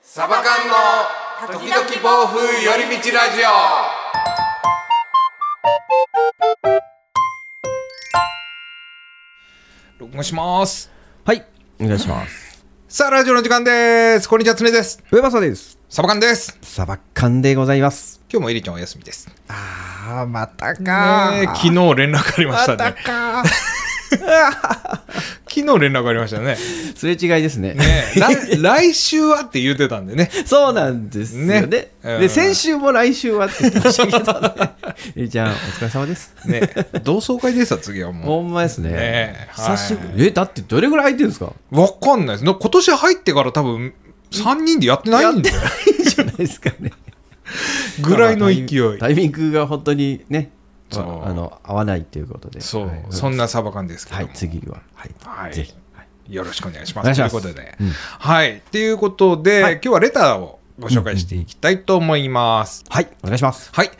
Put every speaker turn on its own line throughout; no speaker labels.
サバ缶の時々暴風寄り道ラジオ
録音します
はい、お願いします。
さあラジオの時間ですこんにちはつねです
上政です。
サバ缶です
サバカンでございます。
今日もエリちゃんお休みです、ね
ああ、また
え、昨日連絡ありましたね
か。
昨日連絡ありましたね
すれ違いですね。
ねえ 来来週はって言ってたんでね
そうなんですよね。
ねうん
で、先週も来週はって言ってましたけどね。 えりちゃん、お疲れ様です。
ねえ同窓会でした次はも
ほんまですね。
ねはい
久しぶり。え、だってどれぐらい入ってるんですか
うわかんないですな今年入ってから多分3人でやってないんだよ
いいじゃないですかね。
ぐらいの勢い
タイミングが本当にね、
そう
まあの、合わないということで。
そう、
はい
そんなサバ缶ですけど
は
も、
い、次は。はい。
はい
ぜひ。はい
よろしくお願いしま
お願
す。
いし
とい
ま
う
す
ことで、
うん
はい。ということで、今日はレターをご紹介していきたいと思います。
はい、お願いします。
はい。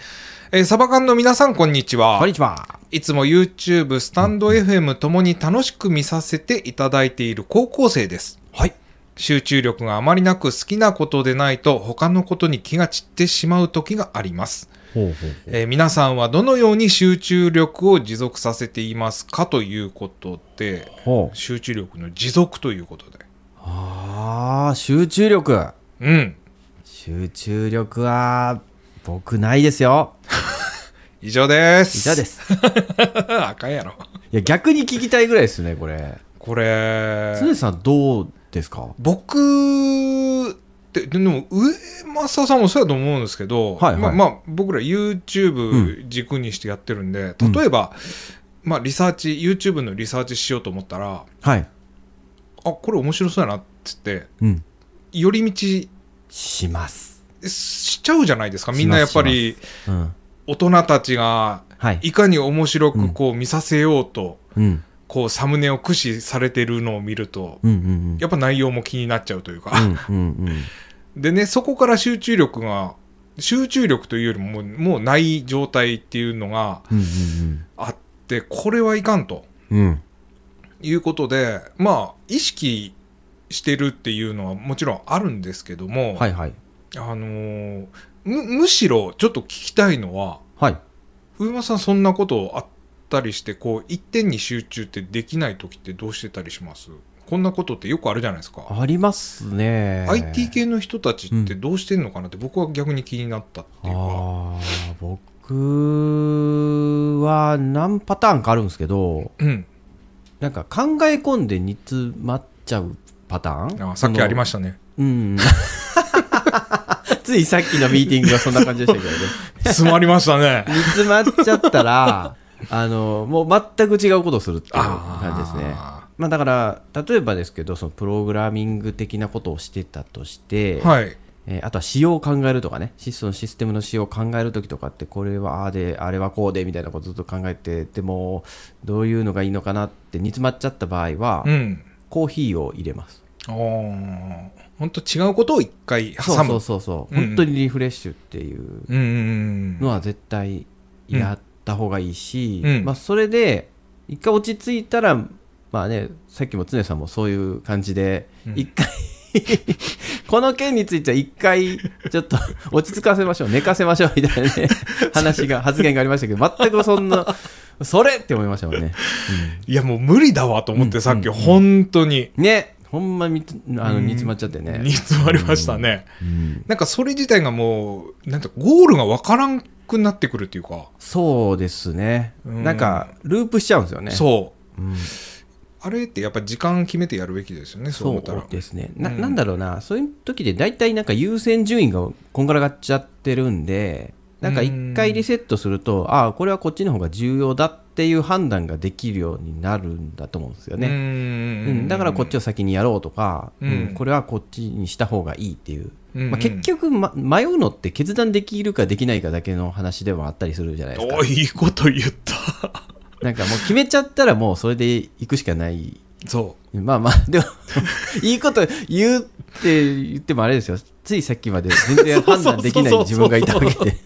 えーサバ缶の皆さん、こんにちは。
こんにちは。
いつも YouTube、スタンド FM ともに楽しく見させていただいている高校生です。
はい。
集中力があまりなく好きなことでないと他のことに気が散ってしまう時があります。
ほうほう
えー皆さんはどのように集中力を持続させていますかということで、
ほう。
集中力の持続ということで。
ああ、集中力。
うん。
集中力は、僕ないですよ。
以上です。。
以上です す。い
あかんやろ。
や、逆に聞きたいぐらいですね、これ。
これ、
常さん、どうですか
僕って、でも、上政さんもそうやと思うんですけど、
はいはい
まあ、まあ、僕ら YouTube 軸にしてやってるんで、
うん
例えば、まあ、リサーチ、YouTube のリサーチしようと思ったら、あ、
はい。
これ面白そうやなっつって、
うん。
寄り道
します。
しちゃうじゃないですか。みんなやっぱり、
うん。
大人たちが、
はい。
いかに面白くこう見させようと、
うん。
こうサムネを駆使されてるのを見ると、
うんうんうん。
やっぱ内容も気になっちゃうというか、
うんうんうん。
でね、そこから集中力が、集中力というよりももうもうない状態っていうのが
うんうん
あって、これはいかんと
うん。うん。
いうことで、まあ、意識してるっていうのはもちろんあるんですけども、
はいはい。
あのーむ、むしろちょっと聞きたいのは、
はい。
上間さんそんなことあったりして、こう、一点に集中ってできない時ってどうしてたりしますこんなことってよくあるじゃないですか。
ありますね。
IT 系の人たちってどうしてんのかなって僕は逆に気になったっていうか、
ああ、僕は何パターンかあるんですけど、
うん、
なんか考え込んで煮詰まっちゃうパターン
あさっきありま
し
したね
た。うん ついさっきのミーティングはそんな感じでしたけどね。
詰まりました ね
煮詰まっちゃったら、あの、もう全く違うことをするっていう感じですね。まあだから、例えばですけど、そのプログラミング的なことをしてたとして、
はい
えーあとは仕様を考えるとかね、システムのシステムの仕様を考えるときとかって、これはああで、あれはこうでみたいなことずっと考えて、でも、どういうのがいいのかなって煮詰まっちゃった場合は、
うん
コーヒーを入れます。
あーほんと違うことを一回挟
そう
む
そうそうそう、
うんうん
本当にリフレッシュっていう
うんうんう
の
ん
は絶対やった方がいいし、
うん
まあ、それで一回落ち着いたらまあねさっきも常さんもそういう感じで
うん
一回 この件については一回ちょっと落ち着かせましょう寝かせましょうみたい なね話が発言がありましたけど全くそんなそれって思いましたもんね、
いやもう無理だわと思っ
う
て
ん
さっき
うんうん
本当に
うんねほんまみつあの
うん
煮詰まっちゃってね
煮、詰まりましたね
うん
なんかそれ自体がもうなんかゴールがわからんくなってくるっていうか
そうですね、
うん
なんかループしちゃうんですよね
そう
うん
あれってやっぱ時間決めてやるべきですよねそう
そ
思ったら
うですねな,、
うん
ん、なんだろうなそういう時で大体なんか優先順位がこんがらがっちゃってるんでなんか一回リセットするとああこれはこっちの方が重要だっていう判断ができるようになるんだと思うんですよ
う
ね、うんんだからこっちを先にやろうとか、
う
うんんこれはこっちにした方がいいっていう、
うんうん
まあ、結局、ま、迷うのって決断できるかできないかだけの話ではあったりするじゃないですか
おいいいこと言った
なんかもう決めちゃったらもうそれで行くしかない
そう
まあま あ、でも、いいこと言うって言ってもあれですよ。ついさっきまで全 然判断できない自分がいたわけで、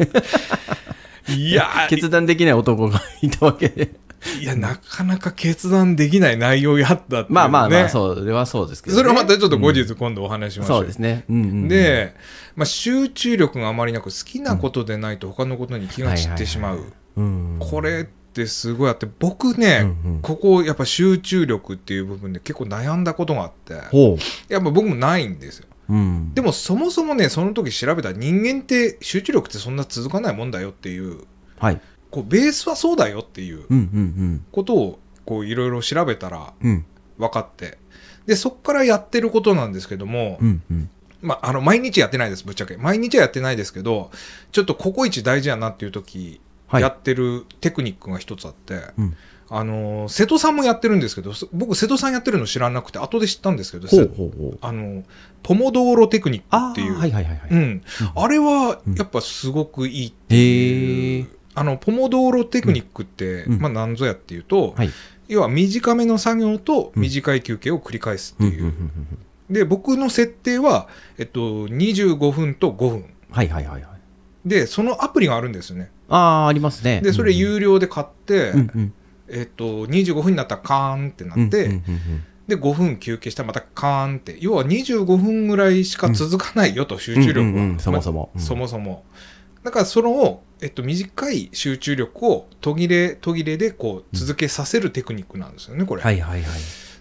いやー
決断できない男がいたわけで。
いや、なかなか決断できない内容やったっていうね、
まあまあまあ、そうそれはそうですけど、ね。
それはまたちょっと後日今度お話ししましょう。
そうですね。うんうんうん、
で、まあ、集中力があまりなく好きなことでないと他のことに気が散ってしまう、
うん、
これってすごいあって僕ね、
うんうん
ここやっぱ集中力っていう部分で結構悩んだことがあって
ほ
やっぱ僕もないんですよ
う。うん。
でもそもそもねその時調べたら人間って集中力ってそんな続かないもんだよっていう
はい。
こうベースはそうだよっていう
うんうん
ことをこういろいろ調べたら
うん。うん
分かってでそこからやってることなんですけども、
うんうん。
まあ、あの、毎日やってないです、ぶっちゃけ。毎日はやってないですけど、ちょっとココイチ大事やなっていう時、
はい
やってるテクニックが一つあって、
うん
あのー、瀬戸さんもやってるんですけど、そ僕、瀬戸さんやってるの知らなくて、後で知ったんですけど、
ほ
せ
うほうほう。
あの、ポモドーロテクニック
あ
っていう、
あ、はいはいはいはい。
うん、あれは
うん
やっぱすごくいいって
へ
い
え
う。。あの、ポモドーロテクニックって、
うん
まあ、なんぞやっていうと、
はい
要は短めの作業と
うん
短い休憩を繰り返すって
うんう
いう
ん
う、
んうん
で僕の設定は、えっと、25分と5分
はいはいはいはい。
でそのアプリがあるんですよね
ああ、ありますね。
でそれ
う
有料で買って、
んうん。
えっと、25分になったらカーンってな
うんうん
っ
うんうん。
て、
うんうんうん
で5分休憩したらまたカーンって要は25分ぐらいしか続かないよと、集中力は、
うんうんうんそもそも
まあそもそもだからその、えっと、短い集中力を途切れ途切れでこう続けさせるテクニックなんですよねこれ、
はいはいはい。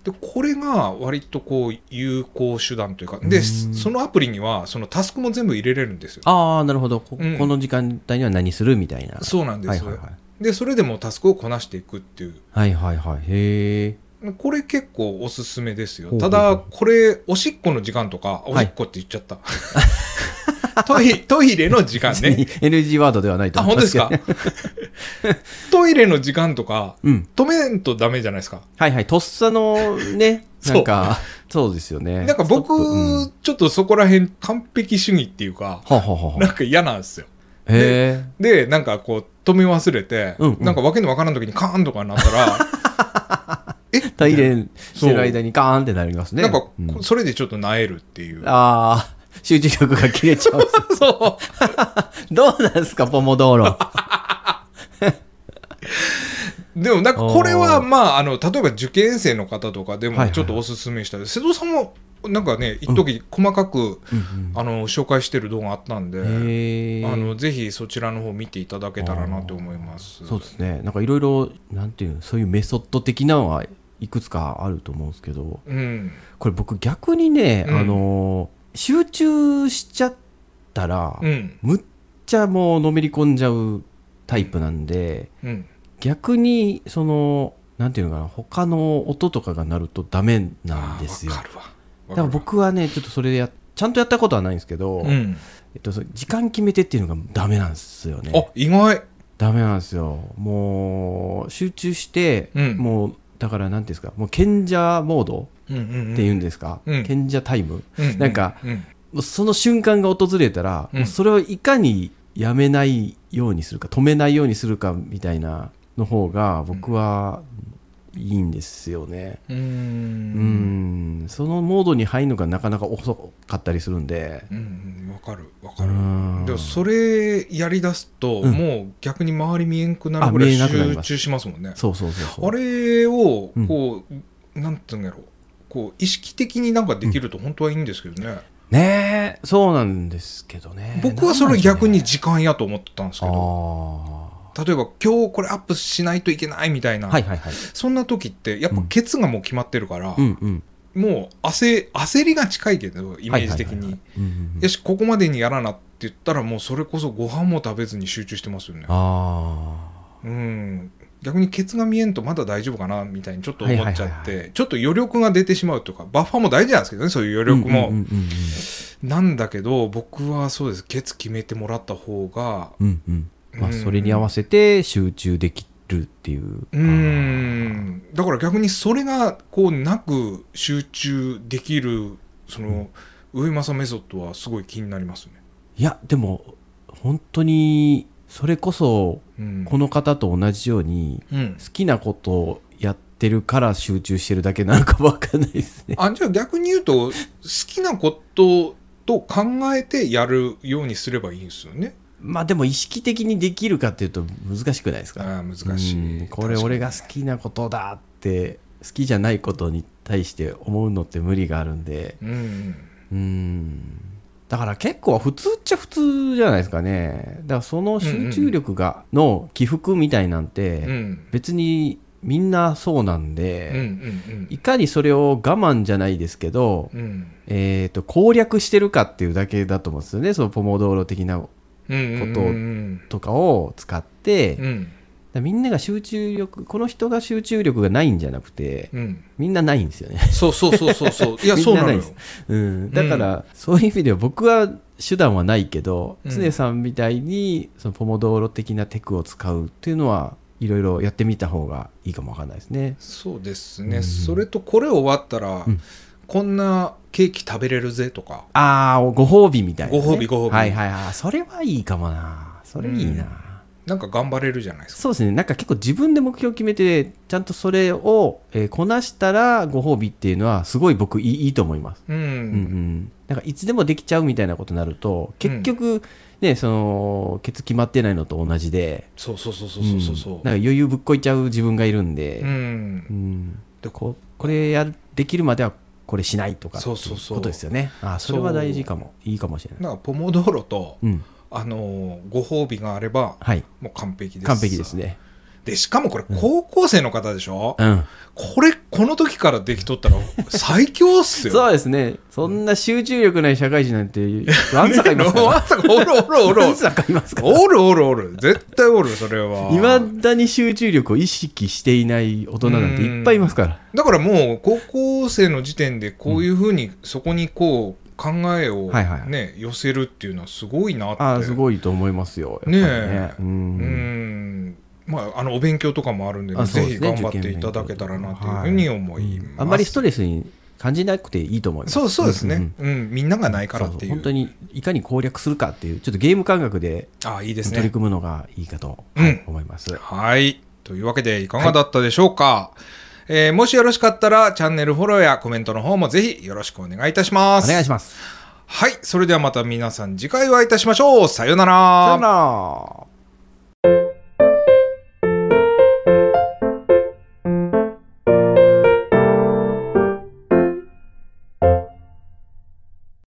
でこれが割とこう有効手段というか
う
で
ん
そのアプリにはそのタスクも全部入れれるんですよ
ああ、なるほど。こ
うん
この時間帯には何するみたいな。
そうなんです、
はいはいはい。
でそれでもうタスクをこなしていくっていう
はいはいはい。へえ。
これ結構おすすめですよ
ほうほ
た
う
だこれおしっこの時間とかおしっこって言っちゃった、 トイトイレの時間 ね
NG ワードではないと
あ
思い
本当
ま
ですす
けど
か トイレの時間とか
うん。
止めんとダメじゃないですか
はいはい。とっさのね、
そう
なんか、そうですよね。
なんか僕、
ストップうん
ちょっとそこら辺完璧主義っていうか
はあはあはあ
なんか嫌なんですよ
へえ。
でなんかこう止め忘れて、
うんうん
なんかわけのわからん時にカーンとかなった らえ
大連してる間にガーンってなりますね。
なんかこ、
う
それでちょっと萎えるっていう。
ああ、集中力が切れちゃう。
そ
どうなんですか、ポモ道 路。
う。でもなんかこれは
おー
まあ、あの、例えば受験生の方とかで
はい
も
はい
ちょっとおすすめしたい。瀬戸さんも、なんかね、一時細かく、あの、紹介してる動画あったんで、
へえ。
あの、ぜひそちらの方見ていただけたらなと思います。
そうですね。なんかいろいろ、なんていうの、そういうメソッド的なのはいくつかあると思うんですけど、
うん。
これ僕逆にね、
うん
あのー、集中しちゃったら、
うん。
むっちゃもうのめり込んじゃうタイプなんで、
うん。
逆に、その、なんていうのかな、他の音とかが鳴るとダメなんですよ
あー。わかるわ。わから
だか
るわ。
僕はね、ちょっとそれや、ちゃんとやったことはないんですけど、
うん。
えっと、そ時間決めてっていうのがダメなんですよね。
あ、意外。
ダメなんですよ。もう、集中して、
うん
もう、だから何ていうんですか、もう賢者モード
うんうん
っていうんですか、
うん
賢者タイム。
うん。
なんか
うん、
もうその瞬間が訪れたら、
うん
もうそれをいかにやめないようにするか、止めないようにするかみたいなの方が、僕はいいんですよね。
うん。う。
うんん、そのモードに入るのがなかなか遅かったりするんで。
うん。わかる。わ
う
かる。
ん
でもそれやりだすと、
うん
もう逆に周り見えんくなるぐらい
あ見えなくなり
集
ます
中しますもんね。
そうそうそうそう。
あれを
うん
こう、なんていうんやろうこう意識的になんかできると本当はいいんですけどね、
ねえ、そうなんですけどね。
僕はそれを逆に時間やと思ってたんですけ
ああ
ど、例えば今日これアップしないといけないみたいな、
ー。はいはいはい。
そんな時ってやっぱケツがもう決まってるから、
うんうん。
もう焦焦りが近いけどイメージ的に、
はいはいはいはい。うんうんうん
よしここまでにやらなって言ったらもうそれこそご飯も食べずに集中してますよね。
あ
うん、逆にケツが見えんとまだ大丈夫かなみたいにちょっと思っちゃって、
はいはいはい
ちょっと余力が出てしまうとかバッファーも大事なんですけどねそういう
あ。
余力も、
うんうんうん
なんだけど僕はそうですケツ決めてもらった方が
うんうんうん。まあ、
うん
それに合わせて集中できるっていう。
うーんだから逆にそれがこうなく集中できるその、上政メソッドはすごい気になりますね。
いや、でも、本当に、それこそ、
うん、
この方と同じように、
うん
好きなことをやってるから集中してるだけなのかわかんないですね。
あじゃあ逆に言うと好きなことと考えてやるようにすればいいんですよね。
まあでも意識的にできるかっていうと難しくないですか
ああ難し
うん
い
これ俺が好きなことだって好きじゃないことに対して思うのって無理があるんで
うんうん
うんだから結構普通っちゃ普通じゃないですかねだからその集中力がの起伏みたいなん
う
て
ん
別にみんなそうなん
うんう
で
ん
いかにそれを我慢じゃないですけど
うんうん
えーと攻略してるかっていうだけだと思うんですよねそのポモドーロ的な
うん
ことを
うん
とかを使って
う、ん
だからみんなが集中力この人が集中力がないんじゃなくて、
うん
みんなないんですよね、
そうそうそうそうそういや
みん
そう
な
なの
ない
よ
ですうん、だから、そういう意味では僕は手段はないけど、
うん
常さんみたいにそのポモドーロ的なテクを使うっていうのはいろいろやってみた方がいいかもわかんないですね
そうですね、
うん
それとこれ終わったら、
うん
こんなケーキ食べれるぜとか
ああご褒美みたいな、ね、
ご褒美ご褒美
はいはいはいそれはいいかもなそれいいな、
うんなんか頑張れるじゃないですか
そうですねなんか結構自分で目標を決めてちゃんとそれを、えーこなしたらご褒美っていうのはすごい僕いいいいと思います
うん、
うんうん、なんかいつでもできちゃうみたいなことになると結局、ねそのケツ決まってないのと同じで
そうそうそうそうそうそう、
んなんか余裕ぶっこいちゃう自分がいるん
う
で,、
ん
うん
で
ここれやるできるまではこれしないとか
そうそうそう
ことですよねあそれは大事かもいいかもしれない、
なんかポモドーロと、
うん
あのーご褒美があれば
はい、
もう完璧です
完璧ですね、
でしかもこれ高校生の方でしょ、
うん、
これこの時からできとったら最強っすよ
そうですねそんな集中力ない社会人なんてわんさかいますか
わ
ら
んさかおるおるおる
わんさかいますから
おるおるおる絶対おるそれはい
まだに集中力を意識していない大人なんていっぱいいますから
だからもう高校生の時点でこういうふうにそこにこう考えを
はいはい
ね寄せるっていうのはすごいなって
あーすごいと思いますよ。
ねえ
やっぱりう
うんんまああのお勉強とかもあるんでね
あそう
ぜひ
ですね
頑張っていただけたらなというふうに思います
あんまりストレスに感じなくていいと思います。
そうそうですねうんみんながない
そ
か
うそ
ら
う
っていう
本当にいかに攻略するかっていうちょっとゲーム感覚で
ああいいです
取り
ね
組むのがいいかと、
うん
はい思います。
はいというわけでいかがだったでしょうかえーもしよろしかったらチャンネルフォローやコメントの方もぜひよろしくお願いいたしま
お
す
願いします。
はいそれではまた皆さん次回お会いいたしましょうさよう
さよなら。